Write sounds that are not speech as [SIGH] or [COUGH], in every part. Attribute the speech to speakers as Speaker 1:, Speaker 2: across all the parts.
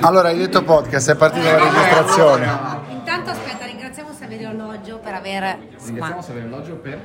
Speaker 1: Allora, hai detto podcast, è partita la registrazione.
Speaker 2: Intanto aspetta, ringraziamo Saverio Loggio per aver
Speaker 3: Ringraziamo
Speaker 2: sma-
Speaker 3: Saverio Loggio per...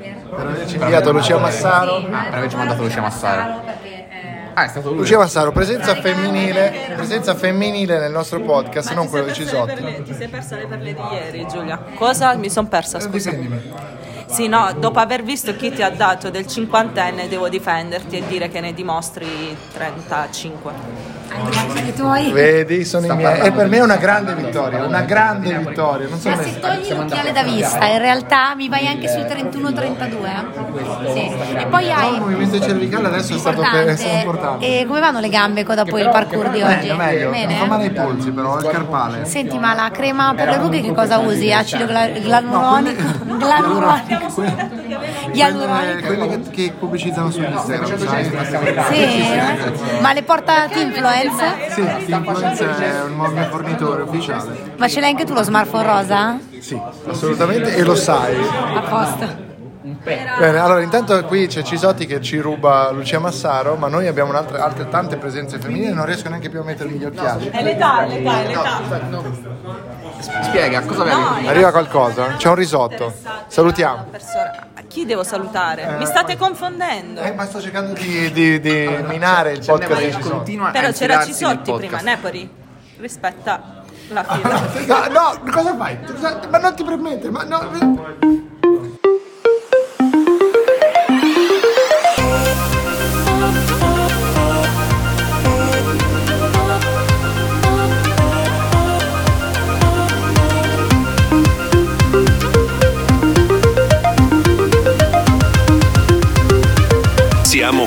Speaker 2: per-
Speaker 1: Per averci inviato Lucia Massaro.
Speaker 3: Ah, per averci mandato Lucia Massaro.
Speaker 2: perché, eh,
Speaker 3: Ah, è stato lui.
Speaker 1: Lucia Massaro, presenza femminile, presenza femminile nel nostro podcast, non quello di Cisotti.
Speaker 4: Ti sei persa le perle di ieri, Giulia. Cosa? Mi sono
Speaker 1: Eh,
Speaker 4: persa, scusa.
Speaker 1: Difendimi.
Speaker 4: Sì, no, dopo aver visto chi ti ha dato del cinquantenne, devo difenderti e dire che ne dimostri 35.
Speaker 2: Anche anche i tuoi.
Speaker 1: Vedi, sono i
Speaker 3: Sta
Speaker 1: miei. E
Speaker 3: parlando
Speaker 1: per me è una
Speaker 3: di-
Speaker 1: grande vittoria, una grande vittoria. Non so
Speaker 2: Ma se
Speaker 1: come.
Speaker 2: togli l'occhiale da vista, in realtà mi vai anche sul 31-32. eh. Sì. E
Speaker 1: Però
Speaker 2: poi
Speaker 1: il
Speaker 2: hai.
Speaker 1: movimento cervicale adesso è stato per- è stato importante.
Speaker 2: E come vanno le gambe con dopo il parkour di Eh, oggi?
Speaker 1: Meglio, meglio.
Speaker 2: Bene? eh.
Speaker 1: Non fa male ai polsi però, il carpale.
Speaker 2: Senti, ma la crema per le rughe che cosa usi? Acido gla- glanuronico?
Speaker 4: Abbiamo
Speaker 2: Glanuronico?
Speaker 4: solo detto che avevamo...
Speaker 1: Quelle,
Speaker 2: Ialuronico?
Speaker 1: quelle che, che pubblicizzano su Instagram, sai?
Speaker 2: ecco. Sì, eh? ma le porta ti influenza?
Speaker 1: Sì, Influencer è un nuovo mio fornitore ufficiale.
Speaker 2: Ma ce l'hai anche tu lo smartphone rosa?
Speaker 1: Sì, assolutamente, e lo sai.
Speaker 2: A posto.
Speaker 1: Bene, allora intanto qui c'è Cisotti che ci ruba Lucia Massaro, ma noi abbiamo un'altra- altre tante presenze femminili e non riesco neanche più a mettermi gli occhiali.
Speaker 4: È l'età, è l'età, è l'età.
Speaker 3: Spiega, cosa avevi?
Speaker 4: No,
Speaker 1: Arriva qualcosa? C'è un risotto. Salutiamo.
Speaker 4: persona- a chi devo salutare? Mi state confondendo.
Speaker 1: Eh, ma sto cercando di, di- di minare il podcast di Cisotti.
Speaker 3: Continua a
Speaker 4: Però c'era
Speaker 3: infilarsi nel
Speaker 4: Cisotti prima,
Speaker 3: podcast.
Speaker 4: Nepori. Rispetta la fila.
Speaker 1: No, no, cosa fai? Cosa- Ma non ti permettere, ma no. eh.
Speaker 5: Siamo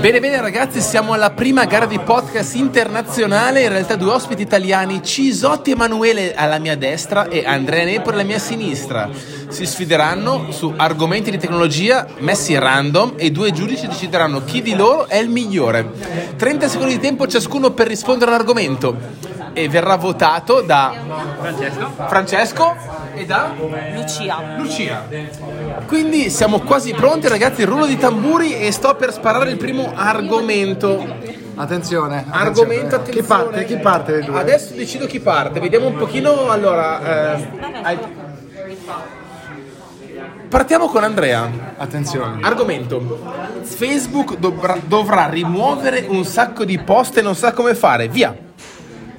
Speaker 6: Bene, bene ragazzi, siamo alla prima gara di podcast internazionale, in realtà due ospiti italiani, Cisotti Emanuele alla mia destra e Andrea Nepoli alla mia sinistra. Si sfideranno su argomenti di tecnologia messi random e i due giudici decideranno chi di loro è il migliore. 30 secondi di tempo ciascuno per rispondere all'argomento e verrà votato da Francesco, e da
Speaker 4: Lucia.
Speaker 6: Lucia. Quindi siamo quasi pronti ragazzi, rullo di tamburi e sto per sparare il primo argomento.
Speaker 1: Attenzione. attenzione.
Speaker 6: Argomento attenzione.
Speaker 1: Chi parte? Chi parte le due?
Speaker 6: Adesso decido chi parte, vediamo un pochino allora. eh, al- Partiamo con Andrea.
Speaker 1: Attenzione.
Speaker 6: Argomento. Facebook dovrà, dovrà rimuovere un sacco di post e non sa come fare. Via.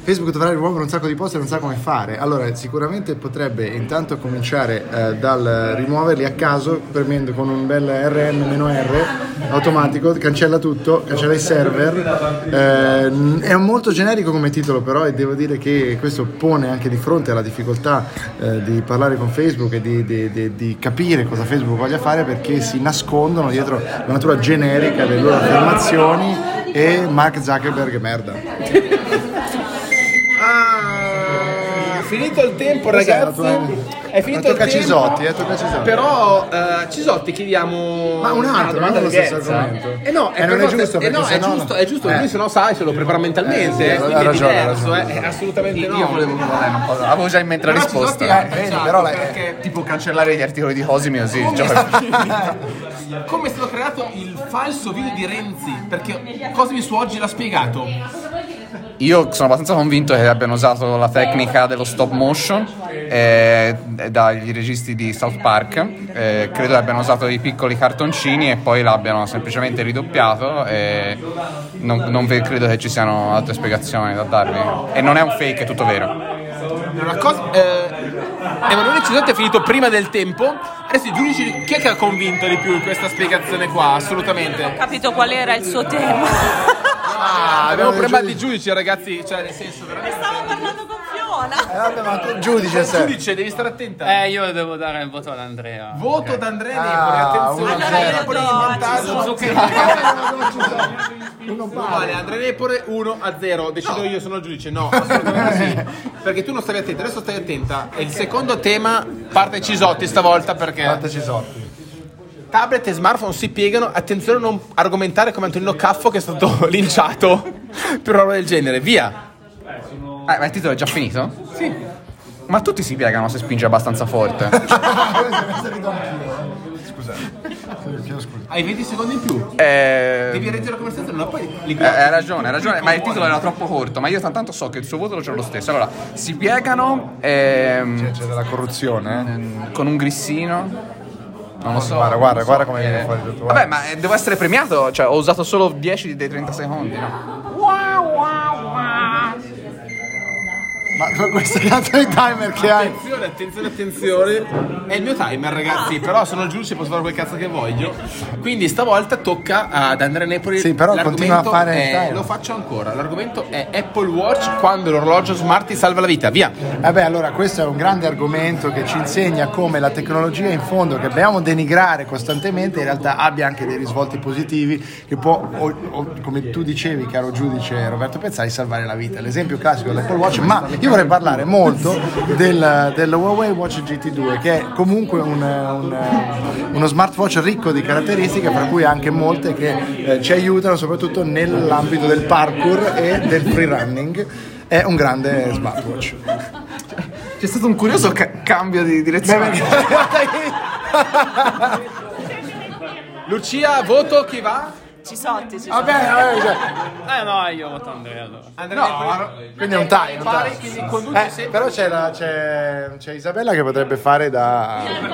Speaker 1: Facebook dovrà rimuovere un sacco di post e non sa come fare. Allora, sicuramente potrebbe intanto cominciare eh, dal rimuoverli a caso, premendo con un bel RM-R automatico, cancella tutto, cancella i server. Eh, n- è molto generico come titolo, però, e devo dire che questo pone anche di fronte alla difficoltà eh, di parlare con Facebook e di, di- di- di capire cosa Facebook voglia fare perché si nascondono dietro la natura generica delle loro affermazioni e Mark Zuckerberg è merda.
Speaker 6: Ah, è finito il tempo,
Speaker 1: Cos'è la
Speaker 6: ragazzi.
Speaker 1: tua-
Speaker 6: È finito
Speaker 1: Ma tocca
Speaker 6: il tempo.
Speaker 1: Cisotti, eh, tocca Cisotti.
Speaker 6: Però eh, Cisotti chiediamo
Speaker 1: Ma un altro,
Speaker 6: una domanda
Speaker 1: non lo stesso
Speaker 6: diversa.
Speaker 1: argomento. Eh,
Speaker 6: Eh no,
Speaker 1: non è
Speaker 6: per forza-
Speaker 1: giusto,
Speaker 6: eh no,
Speaker 1: perché
Speaker 6: è
Speaker 1: sennò-
Speaker 6: giusto, è giusto,
Speaker 1: eh.
Speaker 6: lui se no sai se lo prepara mentalmente,
Speaker 1: Eh,
Speaker 6: eh, quindi
Speaker 1: ha
Speaker 6: è
Speaker 1: ragione, ha
Speaker 6: diverso,
Speaker 1: ragione.
Speaker 6: eh, è assolutamente no.
Speaker 3: Io volevo provare una cosa, avevo già in mente la
Speaker 6: Però
Speaker 3: risposta.
Speaker 6: Cisotti ha
Speaker 1: eh. vedi,
Speaker 6: pensato
Speaker 1: però lei-
Speaker 6: perché
Speaker 1: [LAUGHS]
Speaker 3: Tipo cancellare gli articoli di Cosimi così.
Speaker 6: Come è,
Speaker 3: cioè-
Speaker 6: stato, [LAUGHS] come è stato creato il falso video di Renzi? Perché Cosmi su oggi l'ha spiegato.
Speaker 3: Io sono abbastanza convinto che abbiano usato la tecnica dello stop motion eh, dagli registi di South Park. Eh, credo abbiano usato dei piccoli cartoncini e poi l'abbiano semplicemente ridoppiato. E non, non ve- credo che ci siano altre spiegazioni da darvi. E non è un fake, è tutto vero.
Speaker 6: Allora, Cos- eh, Emanuele Cisotti è finito prima del tempo. Adesso i giudici, chi è che ha convinto di più in questa spiegazione qua?
Speaker 4: Ho
Speaker 6: Assolutamente.
Speaker 4: capito qual era il suo tema. [LAUGHS]
Speaker 6: Ah, abbiamo
Speaker 1: no,
Speaker 6: problema
Speaker 1: giudici.
Speaker 6: di giudici, ragazzi. Cioè, nel senso, veramente.
Speaker 4: Stavo parlando con Fiona.
Speaker 1: Giudice sempre.
Speaker 6: Giudice, devi stare attenta.
Speaker 7: Eh, io devo dare il voto ad Andrea.
Speaker 6: Voto da Andrea
Speaker 1: Ah,
Speaker 6: Nepoli, attenzione.
Speaker 1: uno
Speaker 6: Andrea
Speaker 1: zero.
Speaker 6: Nepoli in
Speaker 4: Allora io do a
Speaker 6: vantaggio.
Speaker 1: Uno
Speaker 6: Uguale,
Speaker 1: pari.
Speaker 6: Andrea Nepore 1 a 0. Decido io, sono il giudice. No, assolutamente sì. Perché tu non stavi attenta, adesso stai attenta. E il secondo tema parte Cisotti stavolta perché.
Speaker 1: Quante Cisotti.
Speaker 6: Tablet e smartphone si piegano, attenzione a non argomentare come Antonino Caffo che è stato [LAUGHS] linciato per una roba del genere. Via!
Speaker 3: Ah, ma il titolo è già finito? Sì. Ma tutti si piegano se spinge abbastanza forte.
Speaker 6: Hai 20 secondi in più. Devi
Speaker 3: eh,
Speaker 6: reggere come stai, no poi li
Speaker 3: Eh, hai ragione, hai ragione, ma il titolo era troppo corto, ma io tanto so che il suo voto lo c'è lo stesso. Allora, si piegano ehm,
Speaker 1: C'è della corruzione. eh.
Speaker 3: con un grissino. Non lo so.
Speaker 1: Guarda, guarda, guarda come
Speaker 3: Eh,
Speaker 1: viene fuori tutto. guarda.
Speaker 3: Vabbè, ma eh, devo essere premiato, cioè ho usato solo 10 dei 30 secondi, no?
Speaker 1: Ma con questa cazzo di timer che hai.
Speaker 6: Attenzione, attenzione, attenzione. È il mio timer, ragazzi. Però sono giusto e posso fare quel cazzo che voglio. Quindi stavolta tocca ad Andrea Nepoli.
Speaker 1: Sì, però continua a fare il
Speaker 6: è-
Speaker 1: timer.
Speaker 6: Lo faccio ancora. L'argomento è Apple Watch quando l'orologio smart ti salva la vita. Via.
Speaker 1: Vabbè, Eh allora questo è un grande argomento che ci insegna come la tecnologia in fondo che dobbiamo denigrare costantemente in realtà abbia anche dei risvolti positivi che può, o- o- come tu dicevi caro giudice Roberto Pezzali, salvare la vita. L'esempio classico dell'Apple Watch, ma io vorrei parlare molto del, del Huawei Watch GT2 che è comunque un, un- uno smartwatch ricco di caratteristiche fra cui anche molte che eh, ci aiutano soprattutto nell'ambito del parkour e del freerunning. È un grande smartwatch.
Speaker 3: C'è stato un curioso ca- cambio di direzione.
Speaker 6: Lucia, voto chi va?
Speaker 4: Cisotti, Cisotti.
Speaker 1: Vabbè, vabbè, cioè,
Speaker 7: Ah no, io voto Andrea allora.
Speaker 6: Andrea Nepoli.
Speaker 1: quindi è un tie. un
Speaker 6: Pare
Speaker 1: tie.
Speaker 6: che mi conduce
Speaker 1: Eh,
Speaker 6: sempre.
Speaker 1: però c'è, la- c'è- c'è Isabella che potrebbe fare da.
Speaker 4: Eh, no,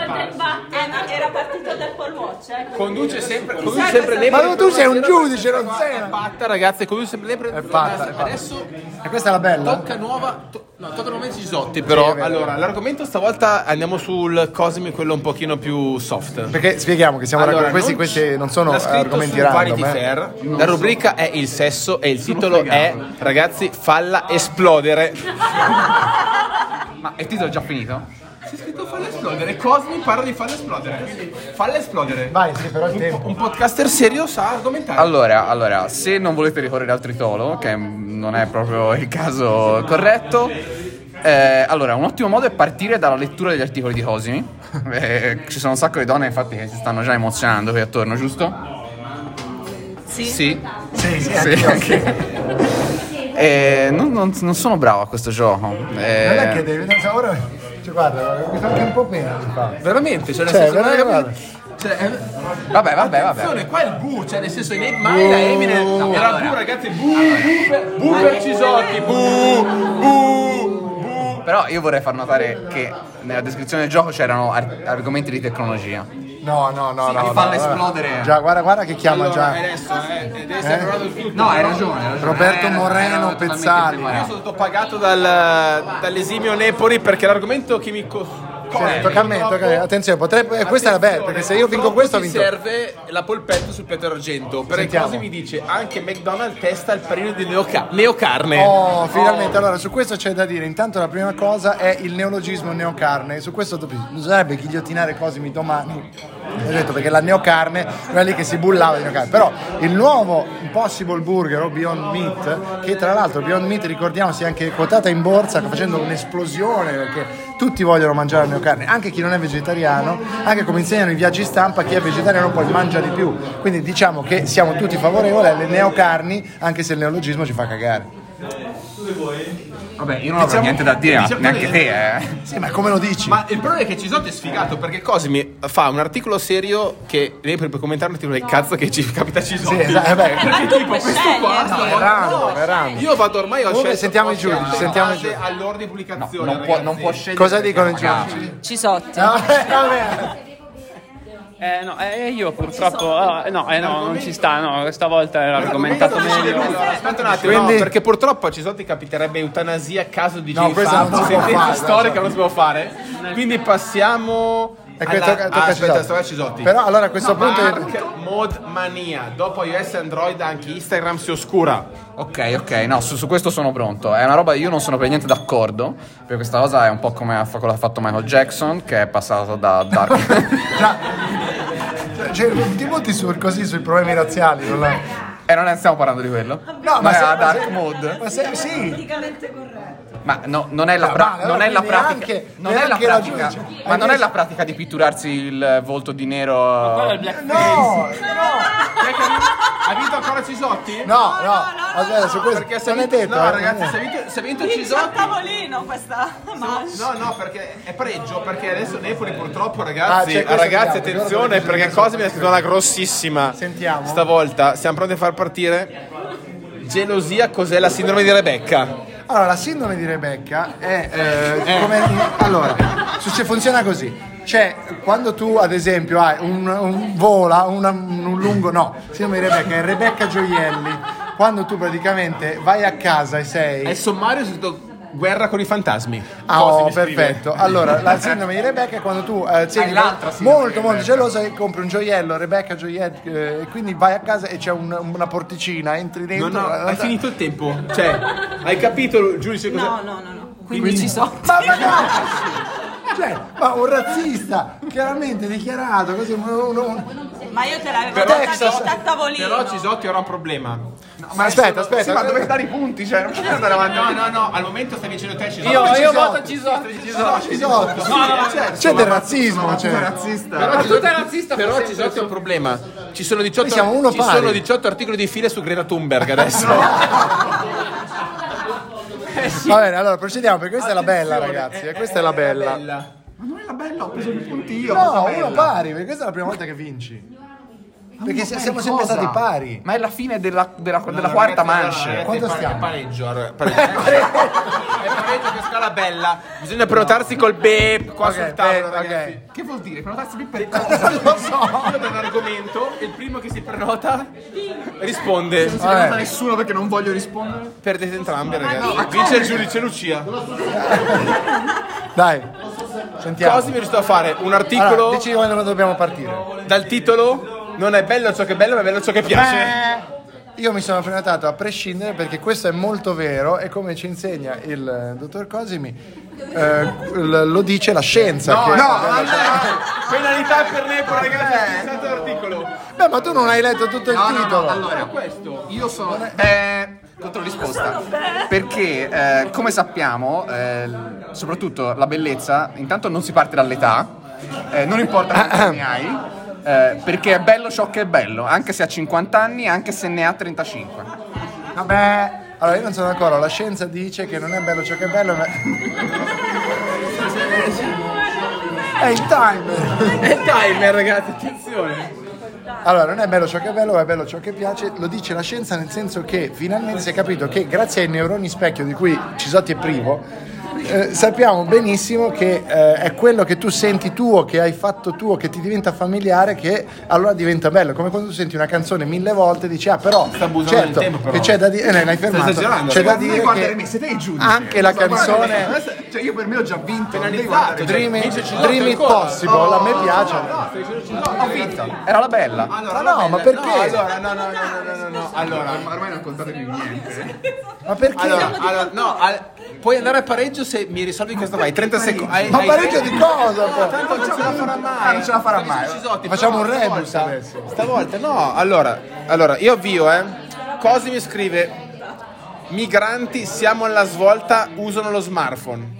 Speaker 4: era partito dal Paul Watch, eh.
Speaker 6: Conduce sempre, conduce sempre Nepoli.
Speaker 1: Ma tu sei un
Speaker 6: Stasera
Speaker 1: giudice, non
Speaker 6: qua
Speaker 1: sei
Speaker 6: È
Speaker 1: una-
Speaker 6: fatta, ragazzi. Conduce sempre Nepoli.
Speaker 1: È fatta, è fatta.
Speaker 6: Adesso
Speaker 1: E questa è la bella?
Speaker 6: Tocca nuova. to- no, tocca nuovamente Gisotti, però.
Speaker 1: Sì, è vero.
Speaker 6: allora, l'argomento stavolta andiamo sul Cosmi, quello un pochino più soft.
Speaker 1: Perché spieghiamo che siamo
Speaker 6: Allora,
Speaker 1: raccom- questi,
Speaker 6: non
Speaker 1: questi
Speaker 6: c-
Speaker 1: non sono
Speaker 6: l'ha scritto
Speaker 1: argomenti
Speaker 6: su
Speaker 1: random.
Speaker 6: Vanity
Speaker 1: eh.
Speaker 6: Fair. La rubrica è il sesso e il titolo è Ragazzi, falla esplodere.
Speaker 3: Ma il titolo è già finito?
Speaker 6: C'è scritto falla esplodere. Cosmi parla di falla esplodere. Falla esplodere.
Speaker 1: Vai, sì, però il tempo.
Speaker 6: Un podcaster serio sa argomentare.
Speaker 3: Allora, allora, se non volete ricorrere al tritolo, che non è proprio il caso corretto, eh, allora, un ottimo modo è partire dalla lettura degli articoli
Speaker 6: [LAUGHS]
Speaker 3: di Cosimi. Eh, ci sono un sacco di donne, infatti, che si stanno già emozionando qui attorno, giusto?
Speaker 4: Sì.
Speaker 3: Sì. Sì, sì,
Speaker 6: Eh,
Speaker 3: anche. Eh, non, non- non sono bravo a questo gioco. Eh,
Speaker 1: Non è che devi. non so, ora. Cioè, guarda, mi fa anche un po' pena. mi fa.
Speaker 6: Veramente, cioè, nel
Speaker 1: Cioè,
Speaker 6: senso, non hai
Speaker 1: veramente,
Speaker 6: capito? Cioè, è-
Speaker 3: Vabbè, vabbè, vabbè.
Speaker 6: Attenzione, qua è il bu, cioè nel senso in 8 Mile è Eminem
Speaker 3: No,
Speaker 6: era
Speaker 3: allora.
Speaker 6: bu ragazzi, bu, bu per, bu per Cisotti, bu, bu, bu.
Speaker 3: Però io vorrei far notare che nella descrizione del gioco c'erano ar- argomenti di tecnologia.
Speaker 1: No, no, no, no. no,
Speaker 3: ti fa
Speaker 1: guarda.
Speaker 3: esplodere.
Speaker 1: Già, guarda, guarda che chiama
Speaker 6: Allora,
Speaker 1: già.
Speaker 6: adesso, eh, adesso
Speaker 1: Eh?
Speaker 6: è arrivato il tutto.
Speaker 3: No, hai ragione. hai ragione. Eh,
Speaker 1: Roberto
Speaker 3: Era-
Speaker 1: Moreno
Speaker 3: erano totalmente
Speaker 1: Pezzali.
Speaker 6: Io
Speaker 3: impreparati.
Speaker 6: sono stato pagato dal, dall'esimio Nepoli perché l'argomento che mi... co-
Speaker 1: Cioè,
Speaker 6: collega
Speaker 1: tocca a me,
Speaker 6: troppo-
Speaker 1: tocca a me. Attenzione, potrebbe. eh, Questa è la bella,
Speaker 6: Attenzione,
Speaker 1: perché se io vinco
Speaker 6: troppo
Speaker 1: questo ho
Speaker 6: ti
Speaker 1: vinto.
Speaker 6: serve la polpetta sul piatto d'argento. Per
Speaker 1: Sentiamo.
Speaker 6: cose mi dice anche McDonald's testa il perino di neoca- neocarne.
Speaker 1: Oh, finalmente. Allora, su questo c'è da dire. Intanto la prima cosa è il neologismo neocarne. Su questo dopo- bisognerebbe ghigliottinare Cosimi domani. Ho detto perché la neocarne era lì che si bullava di neocarne. Però il nuovo Impossible Burger o Beyond Meat, che tra l'altro Beyond Meat ricordiamo sia anche quotata in borsa facendo un'esplosione perché tutti vogliono mangiare la neocarne, anche chi non è vegetariano, anche come insegnano i viaggi stampa, chi è vegetariano poi mangia di più. Quindi diciamo che siamo tutti favorevoli alle neocarni, anche se il neologismo ci fa cagare.
Speaker 3: Vabbè, io non avrò
Speaker 6: Diciamo-
Speaker 3: niente da dire,
Speaker 6: diciamo-
Speaker 3: neanche te, eh.
Speaker 1: Sì, ma come lo dici?
Speaker 6: Ma il problema è che Cisotti è sfigato perché Cosimi fa un articolo serio che lei per commentare un articolo del cazzo che ci capita Cisotti.
Speaker 1: Sì, esatto, vabbè. [LAUGHS]
Speaker 6: Perché
Speaker 4: Ma tu
Speaker 6: tipo
Speaker 4: puoi
Speaker 6: questo
Speaker 4: scegliere,
Speaker 6: qua
Speaker 4: no,
Speaker 6: sta-
Speaker 1: è random,
Speaker 6: no,
Speaker 1: è random.
Speaker 6: Io vado ormai ho
Speaker 1: Comunque,
Speaker 6: scelto
Speaker 1: sentiamo i
Speaker 6: posti
Speaker 1: giudici,
Speaker 6: in
Speaker 1: sentiamo i
Speaker 6: base
Speaker 1: giudici.
Speaker 6: all'ordine di pubblicazione.
Speaker 3: Non può, non
Speaker 6: ragazzi.
Speaker 3: può scegliere.
Speaker 1: Cosa dicono i
Speaker 3: perché non
Speaker 1: giudici?
Speaker 4: Cisotti.
Speaker 1: Ah, Vabbè, vabbè.
Speaker 7: Eh no, eh, io purtroppo ah, eh, no, eh, no, non ci sta, no, questa volta era argomentato meglio.
Speaker 6: Allora, aspetta un attimo,
Speaker 1: Quindi-
Speaker 6: no, perché purtroppo a Cisotti capiterebbe eutanasia a caso di
Speaker 1: No,
Speaker 6: Jay
Speaker 1: questa non
Speaker 6: Santos,
Speaker 1: si può
Speaker 6: sentenza
Speaker 1: fare, esatto.
Speaker 6: storica
Speaker 1: no.
Speaker 6: non si può fare. Quindi passiamo
Speaker 1: E qui tocca-
Speaker 6: ah,
Speaker 1: tocca a
Speaker 6: aspetta,
Speaker 1: Cisotti.
Speaker 6: stava a Cisotti.
Speaker 1: Però, allora, a questo punto-
Speaker 6: Dark Mode Mania, dopo iOS e Android anche Instagram si oscura.
Speaker 3: Ok, ok, no, su, su questo sono pronto. È una roba, io non sono per niente d'accordo. Perché questa cosa è un po' come ha fa- quello che ha fatto Michael Jackson, che è passato
Speaker 1: [LAUGHS]
Speaker 3: da Dark. [LAUGHS]
Speaker 1: Cioè, cioè, ti butti su, così sui problemi razziali. non la-
Speaker 3: Eh, e non ne stiamo parlando di quello.
Speaker 1: No,
Speaker 3: ma è
Speaker 1: se-
Speaker 3: a Dark
Speaker 1: se-
Speaker 3: Mode.
Speaker 1: Ma se, sì.
Speaker 3: Ma no, non è la,
Speaker 1: Ah,
Speaker 3: pra-
Speaker 1: vale,
Speaker 3: non
Speaker 1: allora
Speaker 3: è la
Speaker 1: quindi
Speaker 3: pratica,
Speaker 1: neanche-
Speaker 3: non è la
Speaker 1: neanche la
Speaker 3: pratica-
Speaker 1: giudice.
Speaker 3: ma non è la pratica di pitturarsi il volto di nero.
Speaker 1: No,
Speaker 6: Ha vinto ancora Cisotti?
Speaker 1: no, no, aspetta, su questo
Speaker 6: Perché se ha
Speaker 1: non è
Speaker 6: vinto,
Speaker 1: detto.
Speaker 6: no,
Speaker 1: eh,
Speaker 6: ragazzi,
Speaker 1: non
Speaker 6: se
Speaker 1: è.
Speaker 6: ha vinto, se ha vinto
Speaker 4: Vince a
Speaker 6: Cisotti.
Speaker 4: tavolino questa manche.
Speaker 6: No, no, perché è pareggio, perché adesso Napoli purtroppo,
Speaker 1: Ah,
Speaker 6: ragazzi,
Speaker 1: cioè, questo
Speaker 6: ragazzi,
Speaker 1: vediamo,
Speaker 6: attenzione,
Speaker 1: però,
Speaker 6: perché cosa mi ha scritto una grossissima.
Speaker 1: Sentiamo.
Speaker 6: Stavolta siamo pronti a far partire Gelosia, cos'è la sindrome di Rebecca?
Speaker 1: Allora, la sindrome di Rebecca è eh, come. Allora, su- se funziona così. Cioè, quando tu, ad esempio, hai un, un vola, una- un lungo. No, sindrome di Rebecca è Rebecca Gioielli. Quando tu praticamente vai a casa e
Speaker 6: È
Speaker 1: sei.
Speaker 6: sommario scritto guerra con i fantasmi.
Speaker 1: Ah,
Speaker 6: Cosa
Speaker 1: oh,
Speaker 6: Eh mi scrive?
Speaker 1: perfetto. Allora, la sindrome di Rebecca è quando tu eh, sei
Speaker 3: l'altra sindrome
Speaker 1: molto,
Speaker 3: di
Speaker 1: molto
Speaker 3: Rebecca.
Speaker 1: gelosa e compri un gioiello, Rebecca Gioielli, eh, e quindi vai a casa e c'è un- una porticina, entri
Speaker 6: No,
Speaker 1: dentro. eh,
Speaker 6: no, eh
Speaker 1: la-
Speaker 6: hai finito il tempo. Cioè, hai capito, Giudice, cosa
Speaker 4: No, no, no, no. Quindi ci sono.
Speaker 1: Ma, ma no! Cioè, ma un razzista, chiaramente dichiarato, così uno- uno-
Speaker 4: Ma io te l'avevo
Speaker 1: Però-
Speaker 4: data
Speaker 1: Texas-
Speaker 4: vinta a tavolino.
Speaker 6: Però Cisotti ora ha un problema.
Speaker 1: Ma aspetta, aspetta.
Speaker 3: Sì, ma dovete dare i punti, cioè, non potete andare avanti.
Speaker 6: No, no, no, al momento stai vincendo te Cisotti.
Speaker 7: Io,
Speaker 1: ci
Speaker 7: io
Speaker 1: sono.
Speaker 7: voto Gisotti.
Speaker 1: Ci sono- certo. c'è, c'è del razzismo, certo. c'è.
Speaker 7: Ma tu sei razzista,
Speaker 6: Però
Speaker 7: per
Speaker 6: Cisotti ha un problema. Ci sono 18,
Speaker 1: Noi siamo uno
Speaker 6: ci
Speaker 1: pari.
Speaker 6: sono 18 articoli di file su Greta Thunberg adesso.
Speaker 1: Va bene, allora procediamo, perché questa è la bella, ragazzi. eh, questa è la bella.
Speaker 3: Ma non è la bella, ho preso i punti io.
Speaker 1: No, uno pari, perché questa è la prima volta che vinci. Perché se- siamo sempre stati pari.
Speaker 3: Ma è la fine della, della- della quarta manche.
Speaker 1: Quanto stiamo?
Speaker 6: pareggio. allora, pareggio.
Speaker 1: [LAUGHS]
Speaker 6: È pareggio che scala bella. Bisogna prenotarsi col beep qua
Speaker 1: Ok,
Speaker 6: sul tavolo,
Speaker 1: beh,
Speaker 6: ragazzi.
Speaker 1: ok.
Speaker 3: Che vuol dire? Prenotarsi lì per
Speaker 1: Non lo so.
Speaker 6: Io do un argomento, il primo che si prenota risponde.
Speaker 1: Vabbè.
Speaker 3: nessuno perché non voglio rispondere.
Speaker 6: Perdete entrambi, ragazzi. Vince il giudice Lucia.
Speaker 1: Dai, sentiamo.
Speaker 6: Cosimi riuscito a fare un articolo
Speaker 1: Allora, dici quando dobbiamo partire.
Speaker 6: dal titolo Non è bello ciò che è bello, ma è bello ciò che piace.
Speaker 1: Io mi sono prenotato a prescindere perché questo è molto vero e come ci insegna il eh, dottor Cosimi, eh, l- lo dice la scienza. che-
Speaker 6: Penalità per Napoli, ragazzi, è stato l'articolo.
Speaker 1: Beh, ma tu non hai letto tutto il titolo.
Speaker 3: Ah, allora, questo io sono. Beh, contro risposta. Perché, eh, come sappiamo, eh, l- soprattutto la bellezza, intanto non si parte dall'età, eh, non [COUGHS] importa quanti anni hai. eh, perché è bello ciò che è bello, anche se ha 50 anni, anche se ne ha 35.
Speaker 1: Vabbè. Allora, io non sono d'accordo, la scienza dice che non è bello ciò che è bello, ma... È il timer!
Speaker 6: È il timer, ragazzi, attenzione.
Speaker 1: Allora, non è bello ciò che è bello, ma è bello ciò che piace, lo dice la scienza nel senso che finalmente si è capito che grazie ai neuroni specchio di cui Cisotti è privo, eh, sappiamo benissimo che eh, è quello che tu senti tuo, che hai fatto tuo, che ti diventa familiare, che allora diventa bello. Come quando tu senti una canzone mille volte e dici, ah però,
Speaker 6: abusando del
Speaker 1: certo,
Speaker 6: tempo, però."
Speaker 1: che c'è da dire, eh, l'hai fermato,
Speaker 6: esagerando,
Speaker 1: c'è da
Speaker 6: ragazzi.
Speaker 1: dire
Speaker 3: guardare
Speaker 1: che
Speaker 3: me, siete il giudice.
Speaker 1: anche la canzone...
Speaker 3: Cioè, io per me ho già vinto. non devi
Speaker 6: Penalizzato.
Speaker 3: guardare me.
Speaker 1: Dream,
Speaker 6: Vince Cisotti
Speaker 1: Dream It
Speaker 6: ancora.
Speaker 1: Possible, a me piace.
Speaker 3: Ho vinto. Era la bella.
Speaker 1: ma no, ma perché?
Speaker 6: No, allora, no, no, no, no, no, no. Allora,
Speaker 3: Ormai non contate più niente.
Speaker 1: ma perché?
Speaker 6: allora, allora, no, al- puoi andare a pareggio se mi risolvi questo vai. 30 secondi.
Speaker 1: ma pareggio di cosa? poi?
Speaker 6: Tanto non ce la farà mai.
Speaker 1: Ah, non ce la farà mai.
Speaker 6: Cisotti,
Speaker 1: Facciamo
Speaker 6: però
Speaker 1: un rebus
Speaker 6: stavolta-
Speaker 1: adesso.
Speaker 6: Stavolta no. Allora, allora, io avvio, eh. Cosi mi scrive Migranti, siamo alla svolta, usano lo smartphone.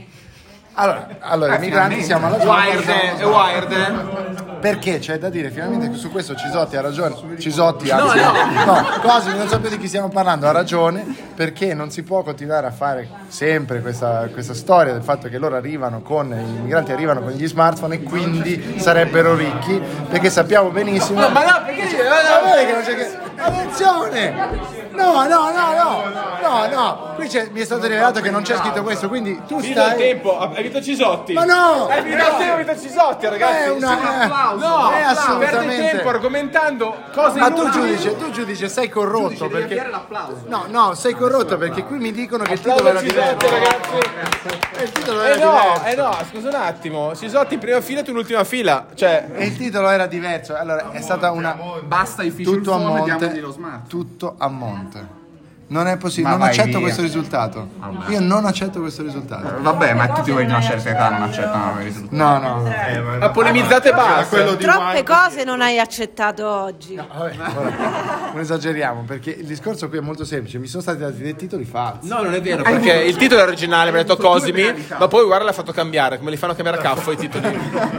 Speaker 1: Allora,
Speaker 6: Ah,
Speaker 1: allora, i migranti siamo alla zona.
Speaker 6: wired.
Speaker 1: Perché c'è da dire, finalmente su questo Cisotti ha ragione. Cisotti ha no, Così non so più di chi stiamo parlando, ha ragione, perché non si può continuare a fare sempre questa, questa storia del fatto che loro arrivano con i migranti arrivano con gli smartphone e quindi sarebbero ricchi, perché sappiamo benissimo.
Speaker 6: Ma no, perché c'è?
Speaker 1: Ma vedi che non c'è che- Attenzione! No, no, no, no, no, no. Qui c'è- mi è stato rivelato che non c'è scritto questo, quindi tu
Speaker 6: Finito il
Speaker 1: stai...
Speaker 6: tempo, ha vinto Cisotti.
Speaker 1: Ma no!
Speaker 6: È finito il tempo, ha vinto Eh, Cisotti, ragazzi.
Speaker 1: È una-
Speaker 6: Sì,
Speaker 1: applauso.
Speaker 6: No,
Speaker 1: È
Speaker 6: è
Speaker 1: assolutamente-
Speaker 6: Perde tempo argomentando cose
Speaker 1: Ma tu
Speaker 6: inutili.
Speaker 1: giudice, tu giudice sei corrotto perché... No, no, sei corrotto perché qui mi dicono che il titolo era
Speaker 6: Applauso Cisotti,
Speaker 1: diverso.
Speaker 6: ragazzi.
Speaker 1: Eh, Il titolo
Speaker 6: Eh
Speaker 1: era
Speaker 6: no, eh
Speaker 1: diverso.
Speaker 6: no, scusa un attimo. Cisotti in prima fila e tu in ultima fila. Cioè,
Speaker 1: E il titolo era diverso. Allora, è stata una...
Speaker 3: Basta i fici
Speaker 1: Tutto a
Speaker 3: phone,
Speaker 1: monte.
Speaker 3: diamogli lo smart.
Speaker 1: Tutto a monte. Non è possibile,
Speaker 3: Ma
Speaker 1: non
Speaker 3: vai
Speaker 1: accetto
Speaker 3: via.
Speaker 1: questo risultato.
Speaker 6: Ah,
Speaker 1: Io non accetto questo risultato.
Speaker 3: Vabbè, ma tutti voi di una certa età non accettano i risultati.
Speaker 1: No, no. Eh,
Speaker 6: Ha polemizzato
Speaker 1: Cioè,
Speaker 6: e basta.
Speaker 8: Troppe cose non hai accettato oggi.
Speaker 1: Non esageriamo, perché il discorso qui è molto semplice. Mi sono stati dati dei titoli falsi.
Speaker 6: No, non è vero, perché il titolo è originale, mi ha detto Cosimi, ma poi guarda l'ha fatto cambiare, come li fanno cambiare a caffo i [LAUGHS] titoli.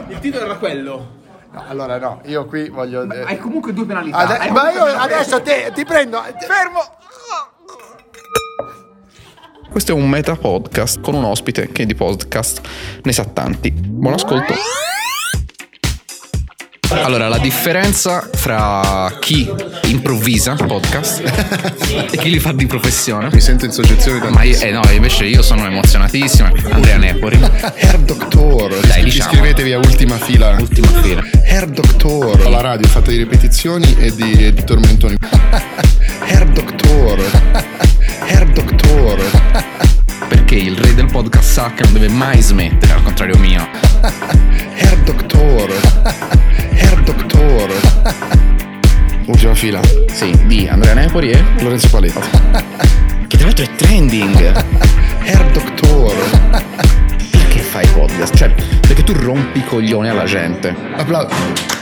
Speaker 6: Il titolo era quello.
Speaker 1: No, allora no, io qui voglio. eh,
Speaker 3: Hai comunque due penalità.
Speaker 1: ade-
Speaker 3: Hai
Speaker 1: ma
Speaker 3: comunque
Speaker 1: io
Speaker 3: due penalità.
Speaker 1: adesso te, ti prendo. te-
Speaker 9: Questo è un meta podcast con un ospite che di podcast ne sa tanti. Buon ascolto. Allora, la differenza fra chi improvvisa podcast e chi li fa di professione. Mi sento in soggezione Ma io, eh no, invece io sono emozionatissimo. Andrea Nepori.
Speaker 10: Air Doctor,
Speaker 9: Dai,
Speaker 10: iscri-
Speaker 9: diciamo.
Speaker 10: iscrivetevi a Ultima Fila.
Speaker 9: Ultima fila.
Speaker 10: Air Doctor, la radio è fatta di ripetizioni e di, e di tormentoni. [LAUGHS] Air Doctor, [LAUGHS] Air Doctor, [LAUGHS]
Speaker 9: Perché il re del podcast sa che non deve mai smettere, al contrario
Speaker 10: [LAUGHS]
Speaker 9: mio.
Speaker 10: Air Doctor, [LAUGHS] Air Doctor. [LAUGHS] Ultima Fila,
Speaker 9: Sì, di Andrea Nepori e...
Speaker 10: Lorenzo Paletti.
Speaker 9: Che tra l'altro è
Speaker 10: [LAUGHS]
Speaker 9: trending.
Speaker 10: Air Doctor,
Speaker 9: Perché fai podcast? Cioè, perché tu rompi i coglioni alla gente.
Speaker 10: applauso.